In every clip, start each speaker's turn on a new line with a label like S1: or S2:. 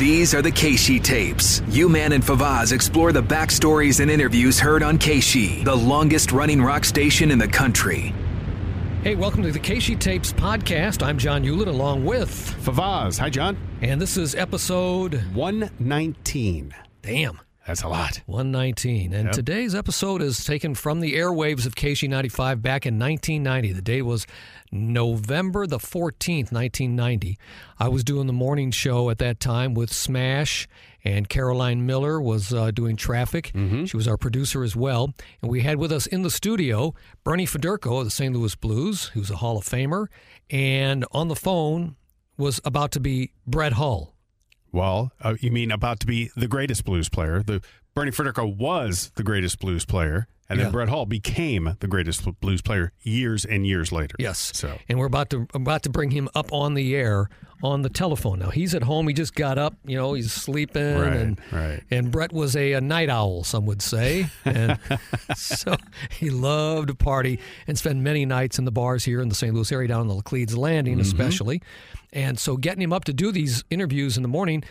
S1: These are the Keishi tapes. Uman and Favaz explore the backstories and interviews heard on Keishi, the longest running rock station in the country.
S2: Hey, welcome to the Keishi Tapes podcast. I'm John Hewlett along with,
S3: Favaz. Hi, John.
S2: and this is episode,
S3: 119.
S2: damn,
S3: That's a lot.
S2: 119. And today's episode is taken from the airwaves of Keishi 95 back in 1990. The day was November the 14th, 1990. I was doing the morning show at that time with Smash, and Caroline Miller was uh, doing traffic. She was our producer as well. And we had with us in the studio Bernie Federico of the St. Louis Blues, who's a Hall of Famer. And on the phone was about to be Brett Hull.
S3: Well, uh, you mean about to be the greatest blues player? The Bernie Frederico was the greatest blues player, and
S2: Yeah.
S3: then Brett Hall became the greatest bl- blues player years and years later.
S2: Yes.
S3: So
S2: and we're about to about to bring him up on the air on the telephone. Now he's at home. He just got up. You know, he's sleeping.
S3: Right,
S2: And,
S3: right.
S2: And Brett was a, a night owl, some would say, and so he loved to party and spend many nights in the bars here in the St. Louis area, down in the Laclede's Landing,
S3: Mm-hmm.
S2: especially. And so getting him up to do these interviews in the morning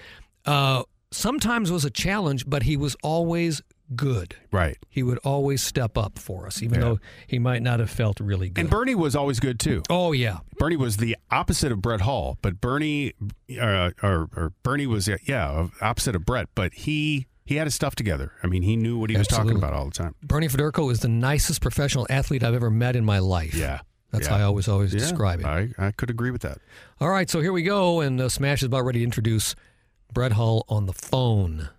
S2: uh, sometimes was a challenge, but he was always good.
S3: right.
S2: He would always step up for us, even
S3: Yeah.
S2: though he might not have felt really good.
S3: And Bernie was always good too.
S2: oh yeah.
S3: Bernie was the opposite of Brett Hall, but Bernie, uh, or, or Bernie was uh, yeah opposite of Brett, but he he had his stuff together. I mean, he knew what he was
S2: Absolutely.
S3: talking about all the time.
S2: Bernie Federico is the nicest professional athlete I've ever met in my life.
S3: Yeah.
S2: That's
S3: Yeah.
S2: how I always always
S3: Yeah,
S2: describe it.
S3: I, I could agree with that.
S2: All right, so here we go, and uh, Smash is about ready to introduce Brett Hull on the phone.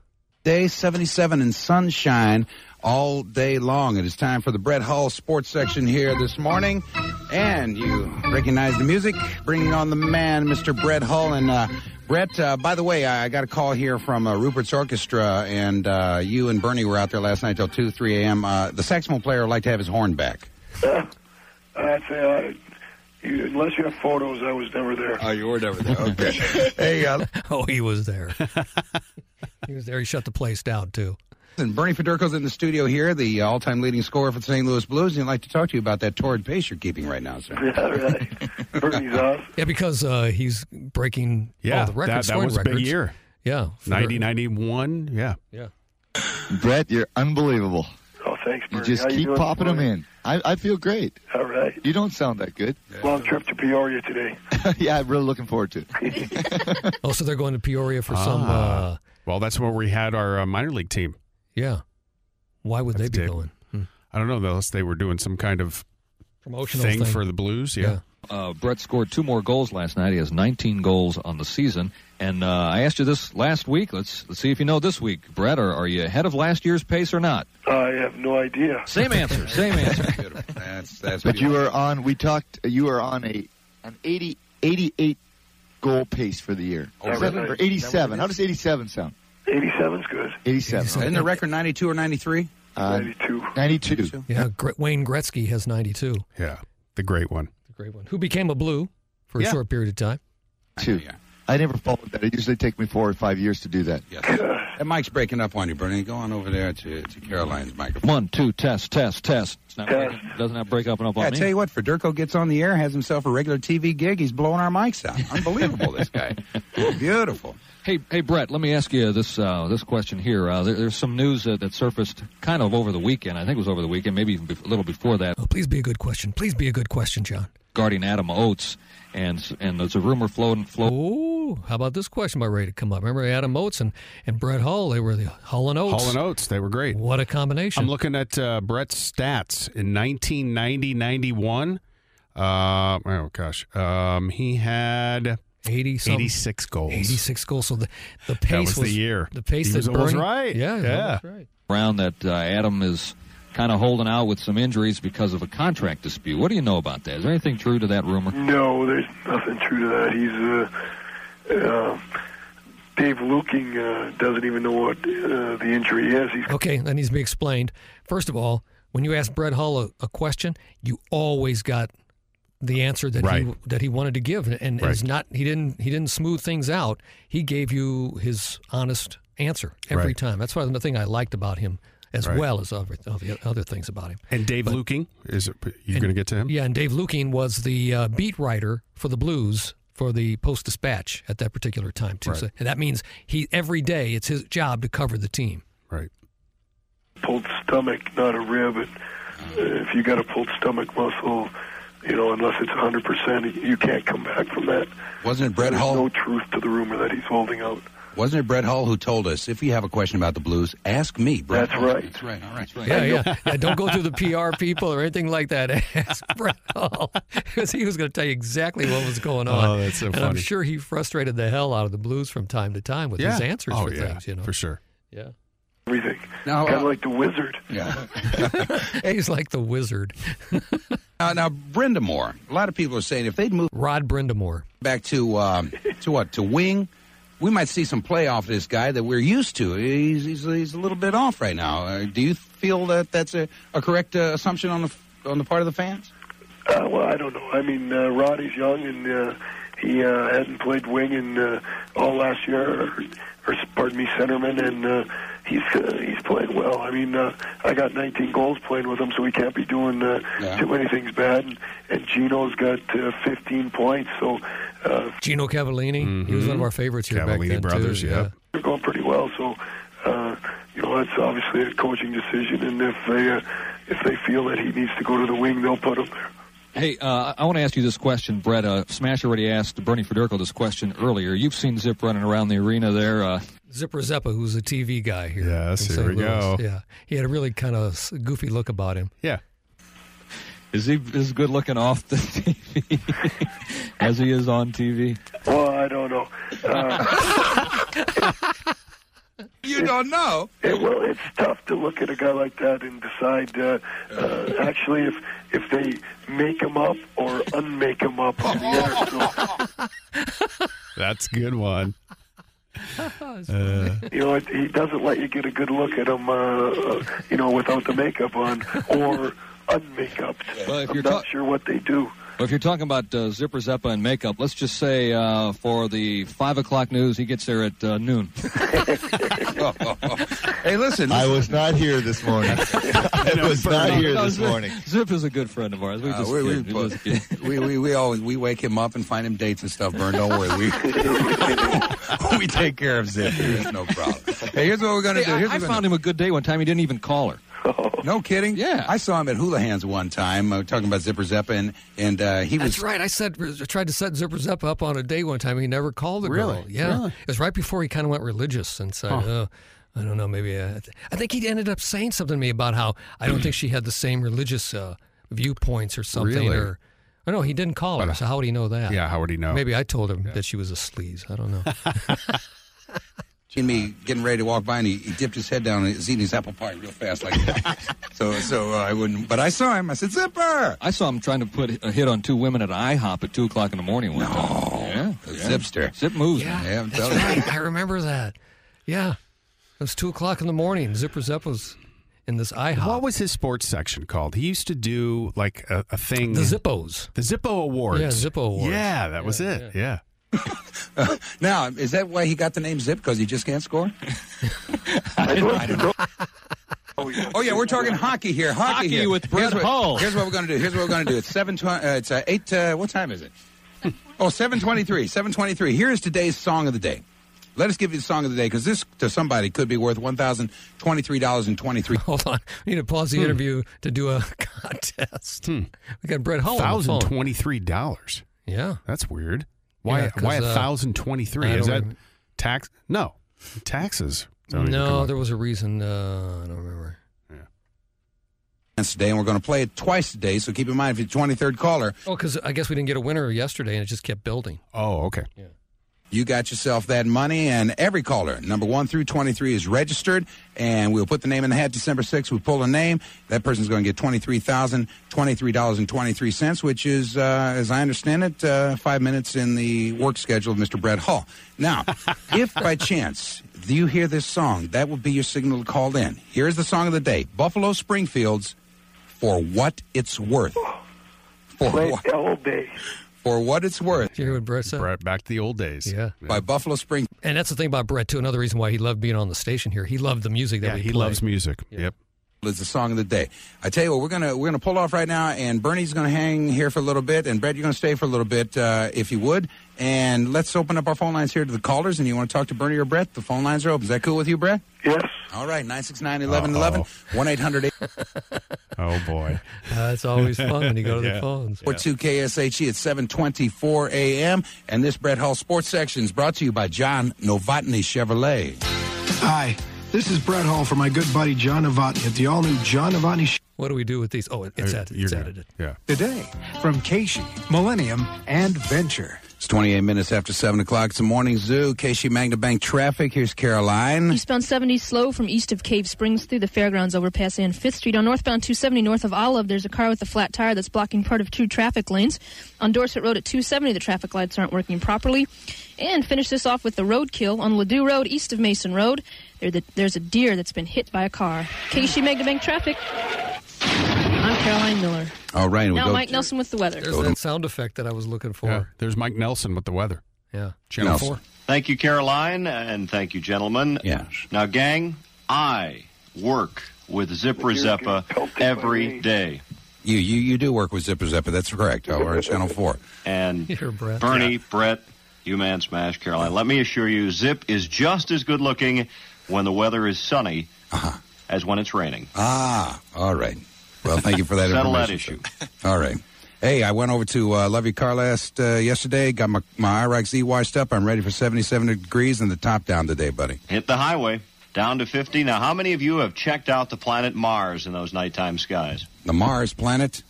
S4: day 77 and sunshine all day long. It is time for the Brett Hall sports section here this morning. And you recognize the music, bringing on the man, Mr. Brett Hall. And uh, Brett, uh, by the way, I I got a call here from uh, Rupert's Orchestra, and uh, you and Bernie were out there last night till 2, 3 a.m. Uh, the saxophone player would like to have his horn back.
S5: I say, uh, you, unless you have photos, I was never there.
S4: Oh, you were never there. Okay. hey, uh,
S2: Oh, he was there. he was there. He shut the place down too.
S4: And Bernie Federico's in the studio here, the uh, all-time leading scorer for the St. Louis Blues, and he'd like to talk to you about that torrid pace you're keeping right now, sir.
S5: yeah, right. Bernie's off.
S2: Yeah, because uh, he's breaking
S3: Yeah,
S2: all Oh, the
S3: that,
S2: records.
S3: that
S2: scoring
S3: was a big
S2: records.
S3: year.
S2: Yeah, Feder-
S3: 90, 91, yeah.
S2: Yeah.
S6: Brett, you're unbelievable.
S5: Oh, thanks,
S6: You
S5: Bernie.
S6: just
S5: How
S6: keep
S5: doing
S6: popping
S5: this
S6: them
S5: morning?
S6: in. I, I feel great.
S5: All right.
S6: You don't sound that good.
S5: Long trip to Peoria today.
S6: yeah, I'm really looking forward to it.
S2: Oh, so they're going to Peoria for some.
S3: Ah.
S2: Uh,
S3: Well, that's where we had our uh, minor league team.
S2: yeah. Why would
S3: That's
S2: they be
S3: Dick.
S2: going?
S3: I don't know, unless they were doing some kind of
S2: Promotional
S3: thing, for the Blues. Yeah.
S2: Yeah.
S7: Uh, Brett scored two more goals last night. He has 19 goals on the season. And uh, I asked you this last week. Let's, let's see if you know this week, Brett. Are, are you ahead of last year's pace or not?
S5: I have no idea.
S7: Same answer. Same answer.
S4: Beautiful. That's that's.
S6: But you
S4: beautiful.
S6: are on. We talked. You are on a an 80, 88 goal pace for the year.
S4: Oh,
S6: Is that-
S4: really?
S6: Or 87. How does 87 sound?
S5: 87's good.
S6: 87.
S4: Isn't the record 92 or 93?
S6: Uh,
S5: 92.
S6: 92.
S2: Yeah, Gre- Wayne Gretzky has 92.
S3: Yeah. The great one.
S2: The great one. Who became a blue for a
S3: Yeah.
S2: short period of time.
S6: Two.
S4: Yeah.
S6: I never followed that. It usually takes me four or five years to do that.
S4: Yes. That mic's breaking up on you, Bernie. Go on over there to, to Caroline's microphone.
S7: One, two, test, test, test. It's not
S5: Test.
S7: breaking- doesn't that break up and up
S4: Yeah, I
S7: on me?
S4: tell you what, Federico gets on the air, has himself a regular TV gig. He's blowing our mics out. Unbelievable, this guy. Beautiful.
S7: Hey, hey, Brett. Let me ask you this uh, this question here. Uh, there, there's some news uh, that surfaced kind of over the weekend. I think it was over the weekend, maybe even bef- a little before that,
S2: Oh, please be a good question. Please be a good question, John.
S7: regarding Adam Oates, and s- and there's a rumor floating floating.
S2: Oh, how about this question by Ray to come up? Remember Adam Oates and, and Brett Hull? They were the Hull and Oates.
S3: Hall and Oates, they were great.
S2: What a combination.
S3: I'm looking at uh, Brett's stats in 1990, 91. Uh, oh, gosh. Um, he had
S2: 80 something.
S3: 86 goals.
S2: 86 goals. So the, the pace
S3: was the year.
S2: The pace
S3: He
S2: that
S3: was almost
S2: Bernie-
S3: right.
S2: Yeah,
S3: Yeah.
S2: almost right.
S7: around that uh, Adam is kind of holding out with some injuries because of a contract dispute. What do you know about that? Is there anything true to that rumor?
S5: No, there's nothing true to that. He's uh, uh, Dave Luking uh, doesn't even know what uh, the injury is. He's
S2: Okay, that needs to be explained. First of all, when you ask Brett Hull a, a question, you always got the answer that he
S3: Right.
S2: that he wanted to give, and
S3: Right.
S2: it's not he didn't he didn't smooth things out. He gave you his honest answer every
S3: Right.
S2: time. That's why the thing I liked about him, as
S3: Right.
S2: well as other, other other things about him.
S3: And Dave Luking is it, you going to get to him?
S2: Yeah, and Dave Luking was the uh, beat writer for the Blues for the Post Dispatch at that particular time too. So and that means he every day it's his job to cover the team.
S3: Right.
S5: pulled stomach, not a rib. And uh, if you got a pulled stomach muscle, you know, unless it's 100%, you can't come back from that.
S4: Wasn't it Brett
S5: There's
S4: Hull?
S5: no truth to the rumor that he's holding out.
S4: Wasn't it Brett Hull who told us if you have a question about the Blues, ask me. Brett
S5: That's
S4: Hull."
S5: right.
S4: That's right. All right.
S2: Yeah, yeah, yeah. Don't go through the PR people or anything like that. Ask Brett Hull because he was going to tell you exactly what was going on.
S3: Oh, that's so
S2: and I'm
S3: funny.
S2: sure he frustrated the hell out of the Blues from time to time with his answers
S3: oh,
S2: for
S3: yeah,
S2: things. You know,
S3: for sure.
S2: yeah.
S5: Everything.
S4: Now,
S5: kind
S4: uh,
S5: of like the wizard.
S4: Yeah.
S2: He's like the wizard,
S4: Now, now, Brenda Moore. A lot of people are saying if they'd move
S2: Rod Brindamore.
S4: back to um, to what to wing, we might see some play off this guy that we're used to. He's he's, he's a little bit off right now. Uh, do you feel that that's a, a correct uh, assumption on the on the part of the fans?
S5: Uh, well, I don't know. I mean, uh, Roddy's young, and uh, he uh, hadn't played wing in uh, all last year, or, or pardon me, centerman, and uh, he's uh, he's playing well. I mean, uh, I got 19 goals playing with him, so he can't be doing uh,
S4: Yeah.
S5: too many things bad. And, and Gino's got uh, 15 points, so uh,
S2: Gino Cavallini. He was one of our favorites here back
S3: Mm-hmm. Cavallini
S2: then
S3: brothers,
S2: too.
S3: yeah.
S5: they're going pretty well. So, uh, you know, that's obviously a coaching decision, and if they uh, if they feel that he needs to go to the wing, they'll put him there.
S7: Hey, uh, I want to ask you this question, Brett. Uh, Smash already asked Bernie Federico this question earlier. You've seen Zip running around the arena there. Uh,
S2: Zipper Zeppa, who's a TV guy here.
S3: Yes,
S2: in
S3: here
S2: St.
S3: we go.
S2: Louis. Yeah, he had a really kind of s- goofy look about him.
S3: Yeah.
S7: is he as good looking off the TV as he is on TV?
S5: Well, I don't know. Uh,
S4: You don't know.
S5: It, well, it's tough to look at a guy like that and decide uh, uh, actually if if they make him up or unmake him up. in the air. So,
S3: That's a good one.
S5: you know, it, he doesn't let you get a good look at him, uh, uh, you know, without the makeup on or unmakeup.
S7: Well, if
S5: I'm
S7: you're
S5: not
S7: ta-
S5: sure what they do.
S7: Well, if you're talking about uh, Zipper Zeppa and makeup, let's just say uh, for the five o'clock news, he gets there at uh, noon.
S4: Hey, listen.
S6: I was not here this morning. I was not here this morning.
S7: Zip is a good friend of ours. We
S4: Uh,
S7: just
S4: we, we,
S7: kid. We just kid.
S4: we, we, we always we wake him up and find him dates and stuff. Burn, don't worry. We, we take care of Zip. There's no problem. Hey, here's what we're gonna
S7: Hey,
S4: do.
S7: I,
S4: Here's
S7: I
S4: what we're
S7: found him a good day one time. He didn't even call her.
S4: gonna- no kidding.
S7: Yeah.
S4: I saw him at Hula Hands one time. Uh, talking about Zipper Zeppa, and and uh, he was
S2: That's right. I said I tried to set Zipper Zep up on a day one time. He never called the
S3: Really?
S2: girl. Yeah,
S3: Really?
S2: it was right before he kind of went religious and said, "Oh, I don't know, maybe." Uh, I think he ended up saying something to me about how I don't think she had the same religious uh, viewpoints or something.
S3: Really? uh,
S2: Or I know he didn't call her. So how would he know that?
S3: Yeah, how would he know?
S2: Maybe I told him that she was a sleaze. I don't know.
S4: and me getting ready to walk by, and he, he dipped his head down and was eating his apple pie real fast, like so. So uh, I wouldn't, but I saw him. I said, "Zipper,
S7: I saw him trying to put a hit on two women at IHOP at two o'clock in the morning one time.
S4: The
S7: Yeah,
S4: zipster."
S7: Zip moves.
S2: Yeah,
S4: Yeah, I'm
S2: that's
S4: telling you.
S2: right. I remember that. Yeah, it was two o'clock in the morning. Zipper Zep was in this IHOP.
S3: What was his sports section called? He used to do like a, a thing.
S2: the Zippos?
S3: the Zippo Awards.
S2: Yeah, Zippo Awards.
S3: Yeah, that was it. Yeah.
S4: Now, is that why he got the name Zip? Because he just can't score? Oh yeah, we're talking hockey here. Hockey,
S7: Hockey
S4: here.
S7: with
S4: here's
S7: Brett
S4: what,
S7: Hull.
S4: Here's what we're gonna do. Here's what we're gonna do. It's seven. Tw- uh, it's uh, eight. Uh, what time is it? Oh, 723. 723. Here is today's song of the day. Let us give you the song of the day because this to somebody could be worth one thousand twenty-three dollars and twenty-three.
S2: Hold on. We need to pause
S3: Hmm.
S2: the interview to do a contest. We got Brett Hull on Oh, the
S3: Thousand
S2: phone.
S3: twenty three dollars.
S2: Yeah.
S3: That's weird. Why
S2: Yeah, 'cause,
S3: why a
S2: uh,
S3: thousand twenty three?
S2: I
S3: Is that
S2: don't even-
S3: tax no. Taxes. Don't even come
S2: No,
S3: up.
S2: there was a reason. Uh, I don't remember.
S4: today, and we're going to play it twice today. So keep in mind, if you're the twenty-third caller,
S2: Oh, because I guess we didn't get a winner yesterday, and it just kept building.
S3: Oh, okay.
S4: You got yourself that money, and every caller, number one through 23, is registered, and we'll put the name in the hat December 6th. We pull a name. That person's going to get $23,023.23, which is, uh, as I understand it, uh, five minutes in the work schedule of Mr. Brett Hall. Now, if by chance you hear this song, that will be your signal to call in. Here's the song of the day Buffalo Springfield's For What It's Worth. For
S5: Play
S4: what?
S5: it all day.
S4: For what it's worth.
S2: Did you hear what Brett said?
S3: Brett, back to the old days.
S2: Yeah.
S4: By Buffalo Spring.
S2: And that's the thing about Brett, too. Another reason why he loved being on the station here. He loved the music that
S3: Yeah,
S2: we
S3: he
S2: play.
S3: loves music. Yep.
S4: is the song of the day. I tell you what, we're gonna we're gonna pull off right now, and Bernie's gonna hang here for a little bit, and Brett, you're gonna stay for a little bit, uh, if you would. And let's open up our phone lines here to the callers. And you want to talk to Bernie or Brett? The phone lines are open. Is that cool with you, Brett?
S5: Yes.
S4: All right, 969-1111, 1-800-842
S3: Oh boy.
S2: Uh, it's always fun when you go to the
S3: Yeah.
S2: phones.
S4: KSHE E at 7:24 a.m. And this Brett Hall Sports Section is brought to you by John Novotny Chevrolet.
S8: Hi, this is Brett Hall for my good buddy John Novotny at the all new John Novotny Show
S2: What do we do with these? Oh, it- it's,
S3: You're-
S2: edited.
S3: Uh, you're
S2: it's
S3: good.
S2: edited.
S3: Yeah.
S8: today from Casey, Millennium, and Venture.
S4: It's 28 minutes after 7 o'clock. It's the morning zoo. KC Magna Bank traffic. Here's Caroline.
S9: Eastbound 70 slow from east of Cave Springs through the fairgrounds overpass and 5th Street. On northbound 270 north of Olive, there's a car with a flat tire that's blocking part of two traffic lanes. On Dorset Road at 270, the traffic lights aren't working properly. And finish this off with the roadkill on Ladue Road east of Mason Road. There the, there's a deer that's been hit by a car. KC Megabank traffic. I'm Caroline Miller.
S4: All Oh, right. we'll
S9: Now
S4: go
S9: Mike
S4: to-
S9: Nelson with the weather.
S2: There's that sound effect that I was looking
S3: Yeah.
S2: for.
S3: There's Mike Nelson with the weather.
S2: Yeah.
S3: Channel
S4: Nelson.
S3: four.
S10: Thank you, Caroline, and thank you, gentlemen.
S4: Yes.
S10: Now, gang, I work with Zipper Zeppa every day.
S4: You you you do work with Zipper Zeppa. That's correct. Oh, we're on Channel Four.
S10: And
S2: Here, Brett.
S10: Bernie, Brett, you man smash, Caroline. Let me assure you, Zip is just as good looking when the weather is sunny as when it's raining.
S4: Uh-huh. Ah, all right. Well, thank you for that
S10: Settle that
S4: information. issue. All right. Hey, I went over to uh, Love Your Car last uh, yesterday. Got my my IROC Z washed up. I'm ready for 77 degrees and the top down today, buddy.
S10: Hit the highway, down to 50. Now, how many of you have checked out the planet Mars in those nighttime skies?
S4: The Mars planet.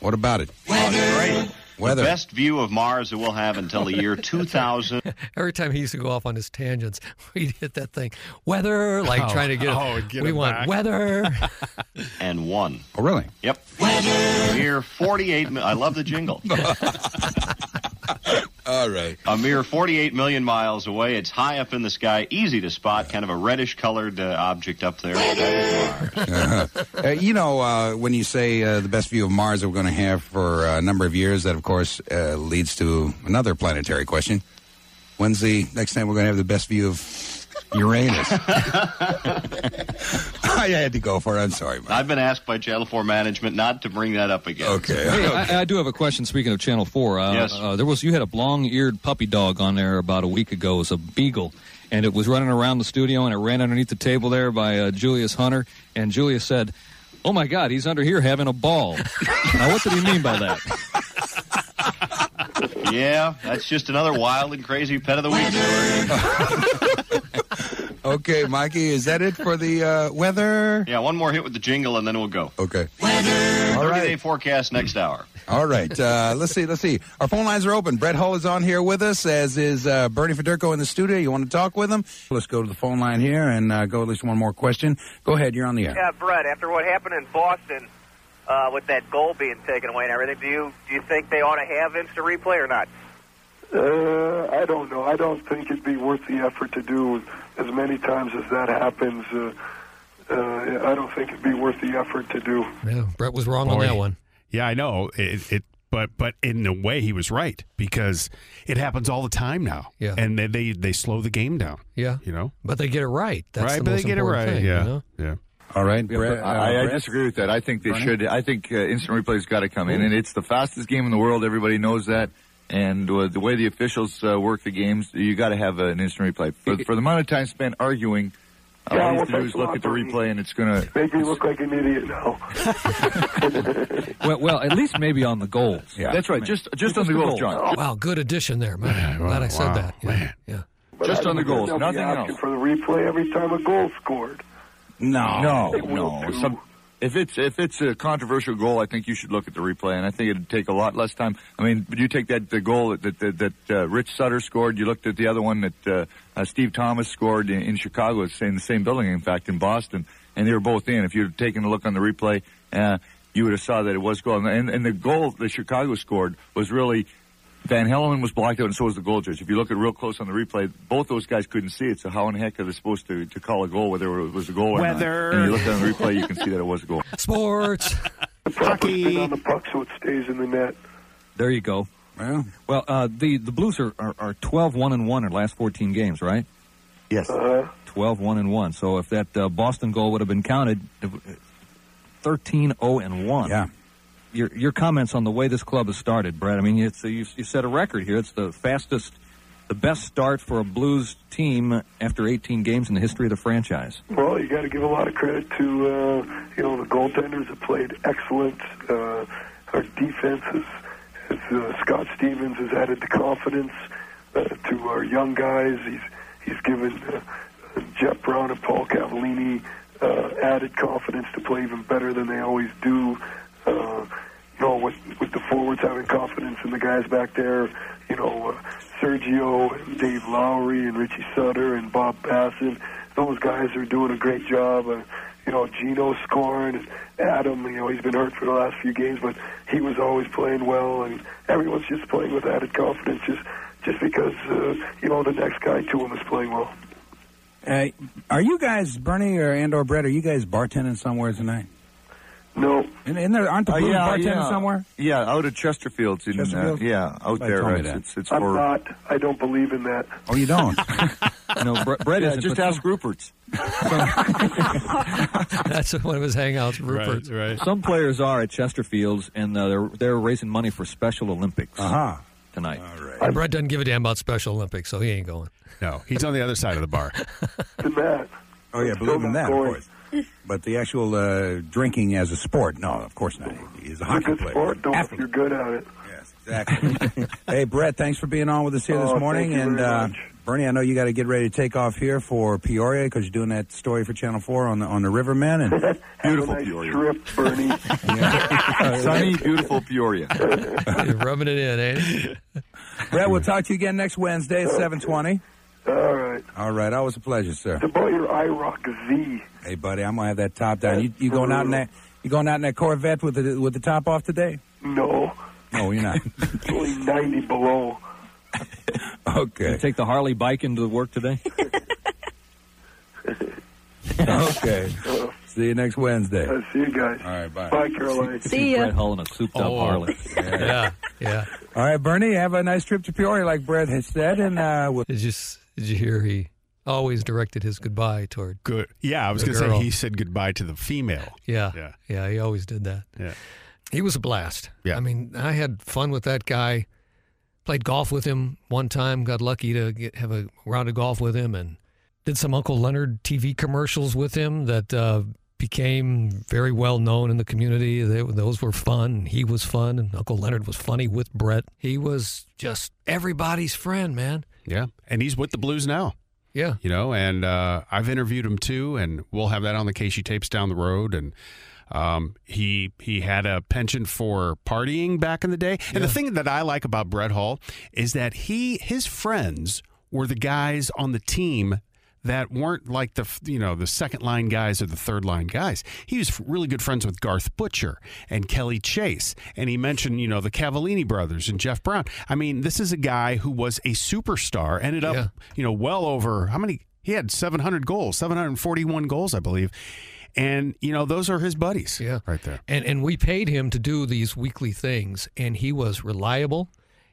S4: What about it?
S10: Great.
S4: Weather.
S10: The best view of Mars that we'll have until the year 2000.
S2: Every time he used to go off on his tangents, we'd hit that thing. Weather, like
S3: Oh,
S2: trying to get,
S3: oh, get
S2: we
S3: him
S2: want
S3: back.
S2: weather.
S10: and one.
S4: Oh, really?
S10: Yep. A mere 48 mi- I love the jingle.
S4: All right.
S10: A mere 48 million miles away. It's high up in the sky, easy to spot, kind of a reddish colored uh, object up there.
S4: Uh, you know, uh, when you say uh, the best view of Mars that we're going to have for uh, a number of years, that of course uh, leads to another planetary question. When's the next time we're going to have the best view of Uranus? I had to go for it. I'm sorry, Mike.
S10: I've been asked by Channel 4 management not to bring that up again.
S4: Okay.
S7: Hey, I, I do have a question. Speaking of Channel Four, uh,
S10: Yes.
S7: uh, there was you had a long-eared puppy dog on there about a week ago. It was a beagle, and it was running around the studio, and it ran underneath the table there by uh, Julius Hunter, and Julius said, "Oh my God, he's under here having a ball." now, what did he mean by that?
S10: Yeah, that's just another wild and crazy pet of the week story.
S4: Okay, Mikey, is that it for the uh, weather?
S10: Yeah, one more hit with the jingle and then we'll go.
S4: Okay. All
S10: 30 day
S4: right.
S10: forecast next hour.
S4: All right. Uh, let's see. Let's see. Our phone lines are open. Brett Hull is on here with us, as is uh, Bernie Federico in the studio. You want to talk with him? Let's go to the phone line here and uh, go at least one more question. Go ahead. You're on the air.
S11: Yeah, Brett. After what happened in Boston uh, with that goal being taken away and everything, do you do you think they ought to have instant replay or not?
S5: Uh, I don't know. I don't think it'd be worth the effort to do as many times as that happens. Uh, uh, I don't think it'd be worth the effort to do.
S2: yeah, Brett was wrong on
S3: Boy.
S2: that one.
S3: Yeah, I know. It, it but but in a way he was right because it happens all the time now.
S2: Yeah.
S3: And they they, they slow the game down.
S2: Yeah.
S3: You know?
S2: But they get it right. That's
S3: right,
S2: the
S3: but
S2: most
S3: they get it
S2: important
S3: right.
S2: thing,
S3: yeah.
S2: you know?
S3: Yeah.
S4: All right, Brett. uh,
S6: I, I
S4: Brett?
S6: disagree with that. I think they should. I think uh, instant replay's got to come in, and it's the fastest game in the world. Everybody knows that. And uh, the way the officials uh, work the games, you got to have an instant replay for, for the amount of time spent arguing. Uh,
S5: Yeah,
S6: all
S5: well,
S6: you have to do
S5: thanks
S6: is
S5: a
S6: look
S5: lot,
S6: at the
S5: Bernie.
S6: replay, and it's going to.
S5: Make me look like an idiot now.
S7: Well, well, at least maybe on the goals.
S4: Yeah.
S6: That's right. Just just on the
S7: the
S6: goal,
S7: goal.
S5: Oh,
S6: John.
S2: Wow, good addition there, man. Glad I said
S3: wow,
S2: that. Yeah.
S3: man.
S2: yeah.
S6: Just
S5: I
S6: on the
S5: think
S6: goals,
S5: there'll be
S6: nothing
S5: option
S6: else.
S5: For the replay every time a goal scored.
S4: No.
S6: No,
S5: They will
S6: no.
S5: do.
S6: Some, If it's if it's a controversial goal, I think you should look at the replay, and I think it'd take a lot less time. I mean, you take that the goal that that, that uh, Rich Sutter scored. You looked at the other one that uh, uh, Steve Thomas scored in, in Chicago, it's in the same building, in fact, in Boston, and they were both in. If you'd taken a look on the replay, uh, you would have saw that it was goal, and, and, and the goal that Chicago scored was really Van Helen was blocked out, and so was the goal judge. If you look at real close on the replay, both those guys couldn't see it. So how in the heck are they supposed to, to call a goal whether it was a goal or
S3: Whether.
S6: not? And you look on the replay, you can see that it was a goal.
S2: Sports.
S5: The proper spin on the puck so it stays in the net.
S7: There you go.
S4: Well,
S7: well, uh, the the Blues are, are, are 12 1 and 1 in their last 14 games, right?
S6: Yes.
S5: Uh-huh.
S7: 12 1 and 1. So if that uh, Boston goal would have been counted, 13 0 and 1. Yeah. Your, your comments on the way this club has started, Brett. I mean, it's you, you set a record here. It's the fastest, the best start for a Blues team after 18 games in the history of the franchise.
S5: Well, you got to give a lot of credit to uh, you know the goaltenders that played excellent. Uh, our defense is, is uh, Scott Stevens has added the confidence uh, to our young guys. He's he's given uh, Jeff Brown and Paul Cavallini uh, added confidence to play even better than they always do. Uh, you know, with with the forwards having confidence in the guys back there, you know, uh, Sergio and Dave Lowry and Richie Sutter and Bob Bassett, those guys are doing a great job. Uh, you know, Gino scoring and Adam, you know, he's been hurt for the last few games, but he was always playing well, and everyone's just playing with added confidence, just just because uh, you know the next guy to him is playing well.
S4: Uh, are you guys, Bernie or and or Brett? Are you guys bartending somewhere tonight?
S5: No.
S4: And, and there aren't the
S6: Uh,
S4: Blues
S6: yeah,
S4: bartending
S6: yeah.
S4: somewhere.
S6: Yeah, out of Chesterfield's. In,
S4: Chesterfield?
S6: Uh, yeah, out
S4: Somebody
S6: there.
S4: told me
S6: it's,
S4: that.
S6: it's, it's
S5: I'm
S6: for-
S5: not. I don't believe in that.
S4: Oh, you don't.
S7: No, Bre- Brett
S6: Yeah,
S7: isn't,
S6: just
S7: but-
S6: ask Rupert's.
S2: That's one of his hangouts, Rupert.
S3: Right.
S7: Some players are at Chesterfield's, and uh, they're they're raising money for Special Olympics
S4: Uh-huh.
S7: tonight.
S2: Brett doesn't give a damn about Special Olympics, so he ain't going.
S3: No, he's on the other side of the bar.
S5: Than that.
S4: Oh yeah, believe in
S5: not
S4: that,
S5: going.
S4: of course. But the actual uh, drinking as a sport, no, of course not. He's a
S5: It's a
S4: hockey
S5: good
S4: player.
S5: sport, though, if
S4: Athlete.
S5: you're good at it.
S4: Exactly. hey, Brett, thanks for being on with us here
S5: Oh,
S4: this
S5: thank
S4: morning.
S5: you
S4: and
S5: very
S4: uh,
S5: much.
S4: Bernie, I know you got to get ready to take off here for Peoria because you're doing that story for Channel Four on the on the Rivermen. And
S6: Beautiful
S5: Have a nice
S6: Peoria.
S5: trip, Bernie.
S6: Sunny, beautiful Peoria.
S2: You're rubbing it in, ain't it?
S4: Brett, we'll talk to you again next Wednesday at seven twenty.
S5: All right.
S4: All right, always a pleasure, sir.
S5: It's about your IROC Z.
S4: Hey, buddy, I'm gonna have that top down. You, you going out in that? You going out in that Corvette with the with the top off today?
S5: No,
S4: No, you're not.
S5: it's only 90 below.
S4: okay.
S7: Take the Harley bike into the work today.
S4: Okay. See you next Wednesday.
S5: I see you guys.
S4: All right, bye.
S5: Bye, Caroline.
S9: See ya.
S7: Brett Hull in a souped up
S3: Oh.
S7: Harley.
S2: Yeah, yeah.
S4: All right, Bernie, have a nice trip to Peoria, like Brett has said, and uh, we'll.
S2: Did you, s- did you hear he always directed his goodbye toward?
S3: Good. Yeah, I was
S2: The
S3: going to say
S2: girl.
S3: he said goodbye to the female.
S2: Yeah,
S3: Yeah.
S2: yeah. He always did that.
S3: Yeah.
S2: He was a blast.
S3: Yeah.
S2: I mean, I had fun with that guy. Played golf with him one time. Got lucky to get, have a round of golf with him, and did some Uncle Leonard TV commercials with him that uh, became very well known in the community. They, those were fun. and He was fun, and Uncle Leonard was funny with Brett. He was just everybody's friend, man.
S3: Yeah. And he's with the Blues now.
S2: Yeah.
S3: you know and uh, i've interviewed him too and we'll have that on the casey tapes down the road and um, he he had a penchant for partying back in the day and the thing that i like about brett hall is that he his friends were the guys on the team that weren't like the f- you know the second line guys or the third line guys. He was really good friends with Garth Butcher and Kelly Chase, and he mentioned you know the Cavallini brothers and Jeff Brown. I mean, this is a guy who was a superstar, ended up
S2: Yeah.
S3: you know well over how many he had 700 goals, 741 goals, I believe, and you know those are his buddies.
S2: Yeah.
S3: right there.
S2: And and we paid him to do these weekly things, and he was reliable,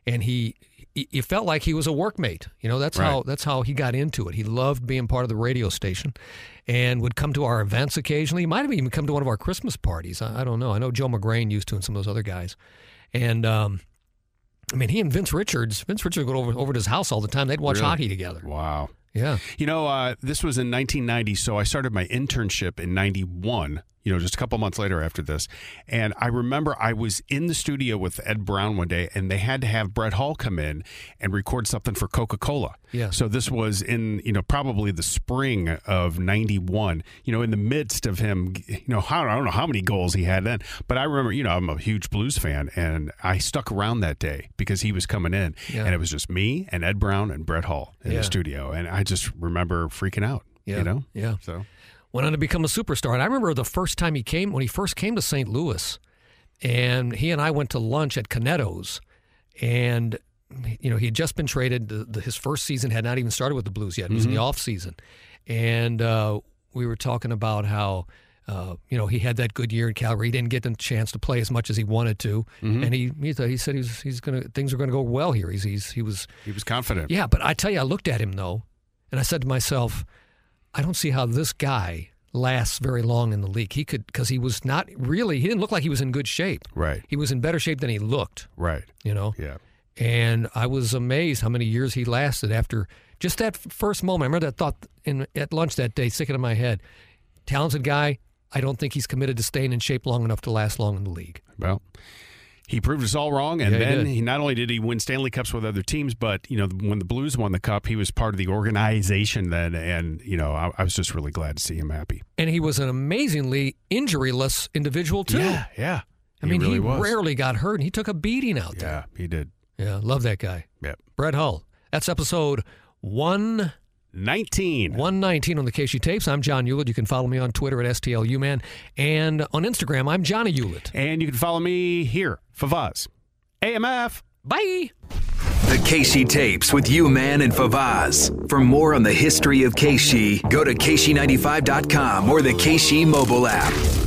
S2: and he he- it felt like he was a workmate. You know, that's how
S3: Right.
S2: that's how he got into it. He loved being part of the radio station, and would come to our events occasionally. He might have even come to one of our Christmas parties. I, I don't know. I know Joe McGrain used to, and some of those other guys, and. um I mean, he and Vince Richards. Vince Richards would go over, over to his house all the time. They'd watch
S3: Really?
S2: hockey together.
S3: Wow.
S2: Yeah,
S3: You know, uh, this was in 1990, so I started my internship in 91 you know, just a couple months later after this. And I remember I was in the studio with Ed Brown one day, and they had to have Brett Hall come in and record something for Coca Cola.
S2: Yeah.
S3: So this was in, you know, probably the spring of 91, you know, in the midst of him, you know, I don't, I don't know how many goals he had then, but I remember, you know, I'm a huge blues fan, and I stuck around that day because he was coming in,
S2: Yeah.
S3: and it was just me and Ed Brown and Brett Hall in
S2: Yeah.
S3: the studio. And I just remember freaking out,
S2: Yeah.
S3: you know?
S2: Yeah.
S3: So.
S2: went on to become a superstar. And I remember the first time he came, when he first came to St. Louis, and he and I went to lunch at Canetto's, and you know he had just been traded. The, the, his first season had not even started with the Blues yet. It was in the off season, and uh, we were talking about how. Uh, you know, he had that good year in Calgary. He didn't get the chance to play as much as he wanted to,
S3: Mhm.
S2: and he he, thought, he said he's he's gonna things are gonna go well here. He's he's he was
S3: He was confident.
S2: yeah, but I tell you, I looked at him though, and I said to myself, I don't see how this guy lasts very long in the league. He could because he was not really. He didn't look like he was in good shape.
S3: Right.
S2: He was in better shape than he looked.
S3: Right.
S2: You know.
S3: Yeah.
S2: And I was amazed how many years he lasted after just that f- first moment. I remember that thought in at lunch that day, sticking in my head. Talented guy. I don't think he's committed to staying in shape long enough to last long in the league.
S3: Well, he proved us all wrong, and
S2: Yeah, he
S3: then
S2: did.
S3: he not only did he win Stanley Cups with other teams, but you know when the Blues won the cup, he was part of the organization then, and you know I, I was just really glad to see him happy.
S2: And he was an amazingly injuryless individual too.
S3: Yeah, yeah.
S2: I mean, he,
S3: really was.
S2: rarely got hurt, and he took a beating out there.
S3: yeah, he did.
S2: Yeah, love that guy.
S3: Yep.
S2: Brett Hull. That's episode one.
S3: 19.
S2: 119 on the KC Tapes. I'm John Hewlett. You can follow me on Twitter at STLUMan. And on Instagram, I'm Johnny Hewlett.
S3: And you can follow me here, Favaz. AMF.
S2: Bye.
S1: The Keishi tapes with you, man, and Favaz. For more on the history of Keishi, go to Keishi95.com or the Keishi mobile app.